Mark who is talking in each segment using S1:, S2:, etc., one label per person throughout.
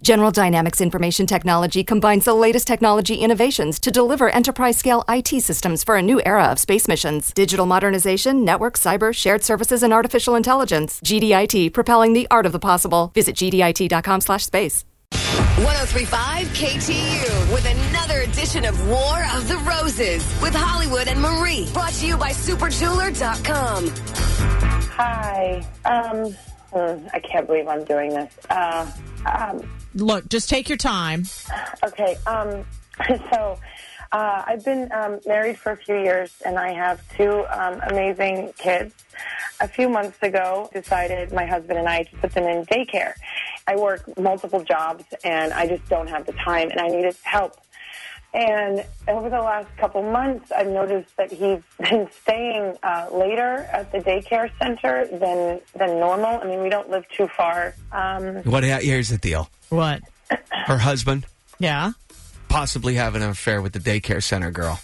S1: General Dynamics Information Technology combines the latest technology innovations to deliver enterprise scale IT systems for a new era of space missions. Digital modernization, network, cyber, shared services, and artificial intelligence. GDIT, propelling the art of the possible. Visit GDIT.com slash space.
S2: 1035 KTU with another edition of War of the Roses with Hollywood and Marie. Brought to you by superjeweler.com.
S3: Hi. Um, hmm, I can't believe I'm doing this. Uh, um,
S4: Look, just take your time.
S3: okay. Um, so uh, I've been um, married for a few years, and I have two um, amazing kids. A few months ago, decided my husband and I to put them in daycare. I work multiple jobs, and I just don't have the time, and I needed help. And over the last couple months, I've noticed that he's been staying uh, later at the daycare center than than normal. I mean, we don't live too far. Um,
S5: What? ha- Here's the deal.
S4: What?
S5: Her husband
S4: Yeah.
S5: possibly having an affair with the daycare center girl.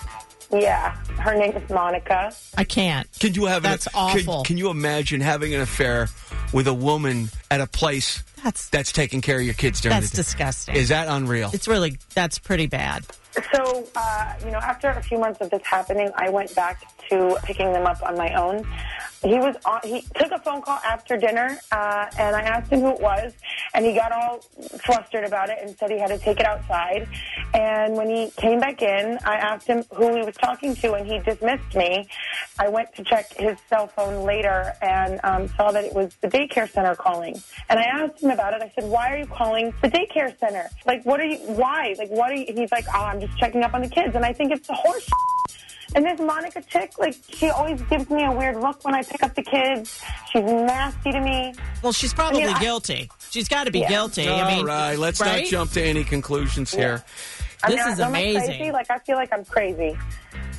S3: yeah, her name is Monica.
S4: I can't.
S5: Can you have?
S4: That's
S5: an,
S4: awful.
S5: Can, can you imagine having an affair with a woman at a place
S4: That's-
S5: that's taking care of your kids during
S4: That's
S5: the day?
S4: disgusting.
S5: Is that unreal?
S4: It's really that's pretty bad.
S3: So, uh, you know, after a few months of this happening, I went back to picking them up on my own. He was on, he took a phone call after dinner, uh, and I asked him who it was, and he got all flustered about it and said he had to take it outside. And when he came back in, I asked him who he was talking to, and he dismissed me. I went to check his cell phone later and um, saw that it was the daycare center calling. And I asked him about it. I said, "Why are you calling the daycare center? Like, what are you? Why? Like, what are you?" He's like, "Oh, I'm just checking up on the kids." And I think it's a horse. shit. And this Monica chick, like, she always gives me a weird look when I pick up the kids. She's nasty to me.
S4: Well, she's probably
S3: I-
S4: guilty. She's got to be
S3: Yeah.
S4: guilty.
S5: All
S4: I mean,
S5: right, let's
S4: right?
S5: not jump to any conclusions here.
S3: I'm
S4: This
S3: not,
S4: is
S3: am I
S4: amazing.
S3: Crazy? Like, I feel like I'm crazy.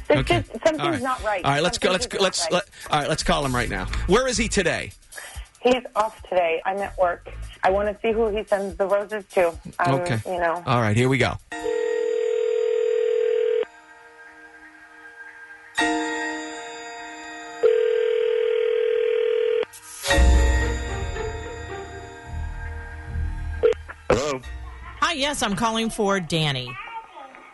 S3: There's
S5: Okay.
S3: just something's
S5: all right.
S3: not right.
S5: All right, let's go. Let's
S3: Something's not
S5: go. Let's.
S3: right.
S5: Let, all right, let's call him right now. Where is he today?
S3: He's off today. I'm at work. I want to see who he sends the roses to. Um,
S5: okay. Uh,
S3: You know.
S5: All right, here we go.
S6: Hello.
S4: Hi, yes, I'm calling for Danny.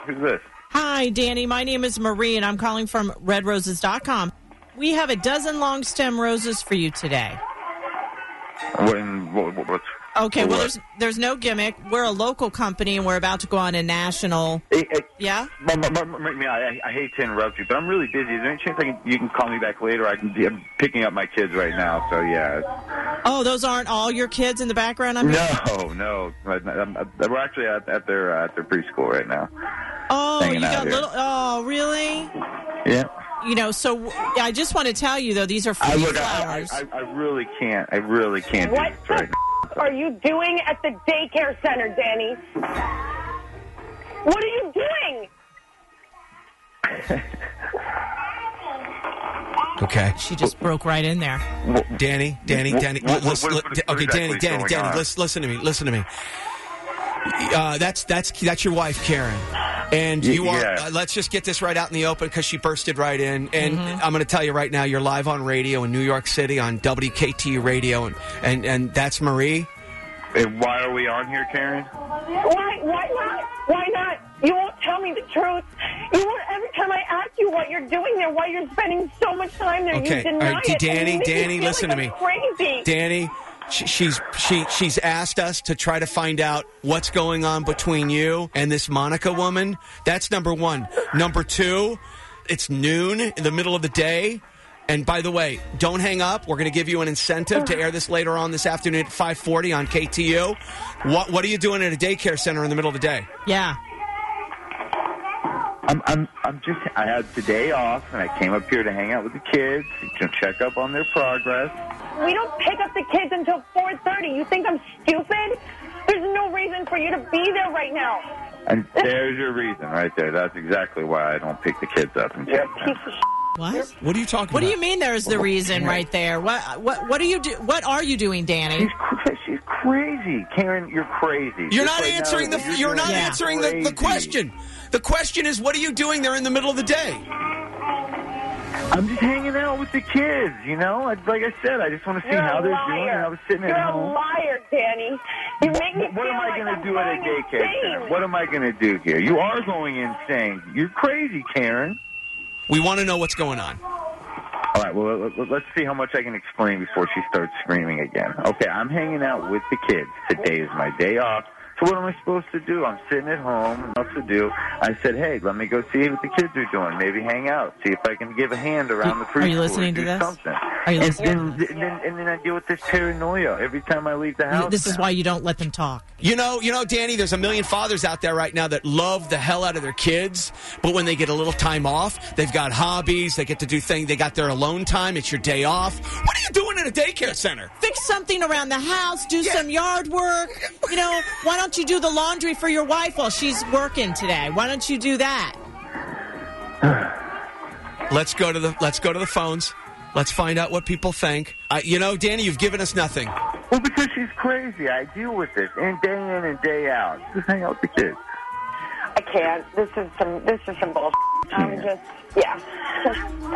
S6: Who's this?
S4: Hi, Danny. My name is Marie, and I'm calling from RedRoses.com. We have a dozen long stem roses for you today.
S6: What? In, what, what, what?
S4: Okay,
S6: what?
S4: well, there's there's no gimmick. We're a local company, and we're about to go on a national.
S6: Hey, hey,
S4: Yeah.
S6: m- m- m- m- yeah, I, I hate to interrupt you, but I'm really busy. Is there any chance I can, you can call me back later? I can, I'm picking up my kids right now, so yeah.
S4: Oh, those aren't all your kids in the background. I'm
S6: No, no, I'm, I'm, we're actually at, at their uh, at their preschool right now.
S4: Oh,
S6: hanging
S4: you
S6: out
S4: got
S6: here.
S4: little. Oh, really?
S6: Yeah.
S4: You know, so w- I just want to tell you though, these are free
S6: I look, I,
S4: flowers.
S6: I, I really can't. I really can't
S3: What
S6: do this
S3: the
S6: right. now.
S3: f- are you doing at the daycare center, Danny? What are you doing?
S5: Okay.
S4: she just broke right in there.
S5: Danny, Danny,
S6: Wh-
S5: Danny.
S6: wh- wh-
S5: listen-
S6: what-
S5: li-
S6: what- what
S5: okay,
S6: exactly
S5: Danny,
S6: is
S5: Danny,
S6: going
S5: Danny.
S6: on?
S5: Listen, listen to me. Listen to me. Uh, that's that's that's your wife, Karen, and
S6: Y-
S5: you are.
S6: yeah.
S5: Uh, let's just get this right out in the open because she bursted right in, and I'm going to tell you right now, you're live on radio in New York City on WKTU radio, and and and that's Marie.
S6: And why are we on here, Karen?
S3: Why? Why not? Why not? You won't tell me the truth. You won't. Every time I ask you what you're doing there, why you're spending so much time there,
S5: Okay,
S3: you
S5: all
S3: deny
S5: right,
S3: it. and
S5: Danny,
S3: you make
S5: Danny,
S3: me feel
S5: listen
S3: like
S5: to
S3: I'm
S5: me.
S3: Crazy.
S5: Danny, she, she's she she's asked us to try to find out what's going on between you and this Monica woman. That's number one. Number two, it's noon in the middle of the day. And by the way, don't hang up. We're going to give you an incentive to air this later on this afternoon at 5:40 on KTU. What what are you doing at a daycare center in the middle of the day?
S4: Yeah.
S6: I'm, I'm, I'm just. I had today off, and I came up here to hang out with the kids, to check up on their progress.
S3: We don't pick up the kids until 4:30. You think I'm stupid? There's no reason for you to be there right now.
S6: And there's your reason right there. That's exactly why I don't pick the kids up. And
S3: You're a piece of. Shit.
S4: What?
S5: What are you talking
S4: What do
S5: about?
S4: you mean? There's the reason right there. What? What? What are you do? What are you doing, Danny?
S6: She's, cra- she's crazy, Karen. You're crazy.
S5: You're
S6: Just
S5: not
S6: right now,
S5: answering the
S6: you're
S5: you're
S6: doing
S5: not
S4: Yeah.
S5: answering the, the
S6: crazy.
S5: question. The question is what are you doing there in the middle of the day?
S6: I'm just hanging out with the kids. You know, I, like I said, I just want to see
S3: You're
S6: how
S3: a
S6: they're
S3: liar.
S6: doing. And I was sitting
S3: You're
S6: at
S3: a
S6: home.
S3: liar, Danny. You make me
S6: What
S3: feel
S6: am I
S3: like
S6: going
S3: I'm
S6: to do at a
S3: going
S6: daycare center?
S3: insane.
S6: What am I going to do here? You are going insane. You're crazy, Karen.
S5: We want to know what's going on.
S6: All right, well, let- let- let's see how much I can explain before she starts screaming again. Okay, I'm hanging out with the kids. Today is my day off. So what am I supposed to do? I'm sitting at home, else to do. I said, hey, let me go see what the kids are doing. Maybe hang out, see if I can give a hand around the preschool.
S4: Are you listening
S6: or
S4: to
S6: do
S4: this?
S6: Something.
S4: Are you
S6: and,
S4: listening to
S6: then, and, then, and then I deal with this paranoia every time I leave the house.
S4: This is
S6: now.
S4: why you don't let them talk.
S5: You know, you know, Danny, there's a million fathers out there right now that love the hell out of their kids, but when they get a little time off, they've got hobbies, they get to do things, they got their alone time, it's your day off. What are you doing in a daycare center?
S4: Fix something around the house, do some yard work. You know, why don't you do the laundry for your wife while she's working today? Why don't you do that?
S5: Let's go to the let's go to the phones. Let's find out what people think. Uh, you know, Danny, you've given us nothing.
S6: Well, because she's crazy. I deal with this and day in and day out. Just hang out with the kids.
S3: I can't. This is some. This is some bullshit. I'm just. Yeah.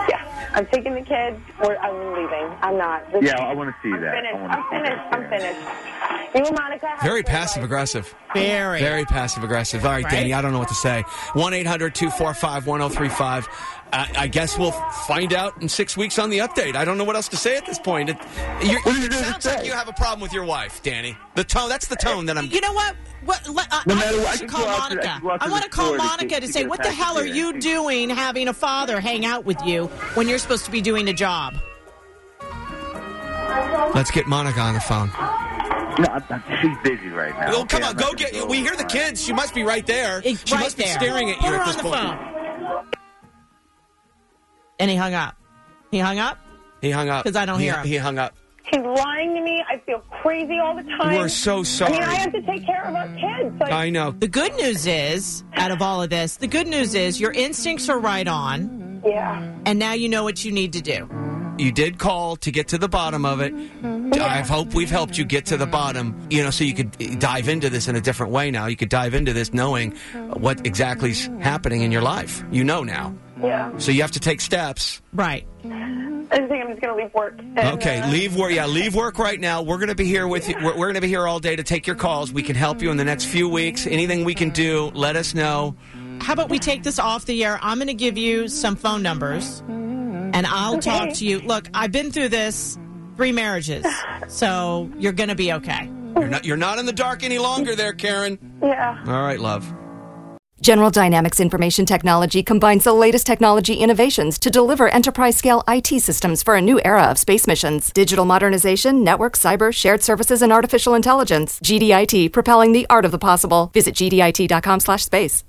S3: yeah. I'm taking the kids. We're, I'm leaving. I'm not. This-
S6: Yeah, I wanna see
S3: I'm
S6: that. I
S3: Finished.
S6: wanna
S3: I'm
S6: see
S3: finished.
S6: that,
S3: I'm
S6: Karen.
S3: finished. You and Monica. have
S5: Very
S3: a great
S5: passive
S3: life.
S5: aggressive.
S4: Very.
S5: Very passive aggressive. All right,
S4: Right?
S5: Danny, I don't know what to say. 1 800 245 1035. Uh, I guess we'll find out in six weeks on the update. I don't know what else to say at this point. It, you're-
S6: What is
S5: it
S6: there to
S5: sounds like
S6: say?
S5: you have a problem with your wife, Danny. The tone, that's the tone that I'm.
S4: You know what? What? Let, uh,
S6: No
S4: I
S6: matter
S4: think
S6: what,
S4: we
S6: I
S4: should
S6: could
S4: call
S6: go out to-
S4: Monica.
S6: I could go out
S4: I
S6: to
S4: want to
S6: the
S4: call
S6: store to
S4: Monica
S6: get-
S4: to
S6: to
S4: say,
S6: get a
S4: "What the hell are
S6: package
S4: you
S6: there."
S4: doing, having a father hang out with you when you're supposed to be doing a job?"
S5: Let's get Monica on the phone.
S6: No, I'm, I'm, she's busy right now.
S5: Oh, come on,
S6: okay? I'm
S5: go
S6: not
S5: get.
S6: gonna go.
S5: We hear the
S6: All right.
S5: kids. She must be right there.
S4: It-
S5: She
S4: right
S5: must be
S4: there.
S5: staring at
S4: Put
S5: you
S4: her
S5: at this
S4: on
S5: point.
S4: the phone. And he hung up. He hung up.
S5: He hung up.
S4: 'Cause I don't
S5: He-
S4: hear him.
S5: He hung up.
S3: He's lying to me. I feel crazy all the time.
S5: We're so
S3: I mean,
S5: sorry.
S3: I have to take care of our kids. Like,
S5: I know.
S4: The good news is, out of all of this, the good news is your instincts are right on,
S3: yeah.
S4: and now you know what you need to do.
S5: you did call to get to the bottom of it. I hope we've helped you get to the bottom, you know, so you could eh, dive into this in a different way now. You could dive into this knowing what exactly is happening in your life. You know now.
S3: Yeah.
S5: So you have to take steps.
S4: Right.
S3: I think I'm just going to leave work. And,
S5: Okay,
S3: uh,
S5: leave work. Yeah, leave work right now. We're going to be here with you. We're, we're going to be here all day to take your calls. We can help you in the next few weeks. Anything we can do, let us know.
S4: How about we take this off the air? I'm going to give you some phone numbers, and I'll talk to you. Look, I've been through this three marriages, so you're going to be okay.
S5: You're not you're not in the dark any longer there, Karen.
S3: Yeah.
S5: All right, love.
S1: General Dynamics Information Technology combines the latest technology innovations to deliver enterprise scale IT systems for a new era of space missions. Digital modernization, network, cyber, shared services, and artificial intelligence. GDIT, propelling the art of the possible. Visit GDIT.com slash space.